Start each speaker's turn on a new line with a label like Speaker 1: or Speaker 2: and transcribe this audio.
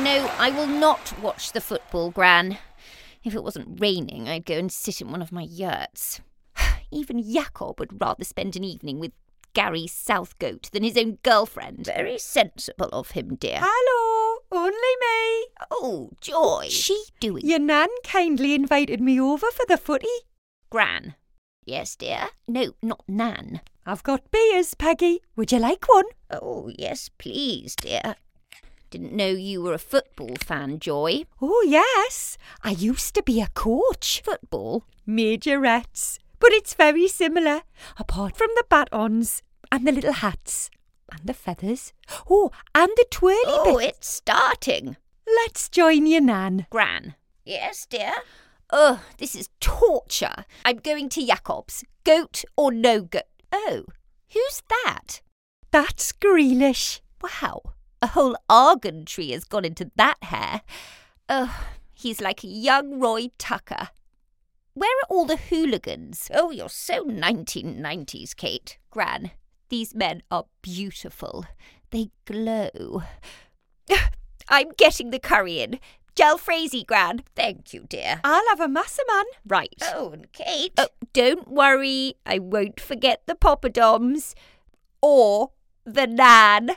Speaker 1: No, I will not watch the football, Gran. If it wasn't raining, I'd go and sit in one of my yurts. Even Jakob would rather spend an evening with Gary Southcote than his own girlfriend. Very sensible of him, dear.
Speaker 2: Hello, only me.
Speaker 1: Oh, Joy. She doing
Speaker 2: Your nan kindly invited me over for the footy.
Speaker 1: Gran. Yes, dear. No, not Nan.
Speaker 2: I've got beers, Peggy. Would you like one?
Speaker 1: Oh, yes, please, dear. Uh, Didn't know you were a football fan, Joy.
Speaker 2: Oh, yes. I used to be a coach.
Speaker 1: Football?
Speaker 2: Majorettes. But it's very similar, apart from the batons and the little hats and the feathers. Oh, and the twirly
Speaker 1: Oh,
Speaker 2: bit.
Speaker 1: it's starting.
Speaker 2: Let's join your nan.
Speaker 1: Gran. Yes, dear. Ugh, this is torture. I'm going to Jacob's. Goat or no goat? Oh, who's that?
Speaker 2: That's Grealish.
Speaker 1: Wow, a whole argan tree has gone into that hair. Ugh, he's like a young Roy Tucker. Where are all the hooligans? Oh, you're so 1990s, Kate. Gran, these men are beautiful. They glow. I'm getting the curry in. Gelfrazy, Gran. Thank you, dear.
Speaker 2: I'll have a massa man.
Speaker 1: Right. Oh, and Kate. Oh, don't worry. I won't forget the poppadoms or the nan.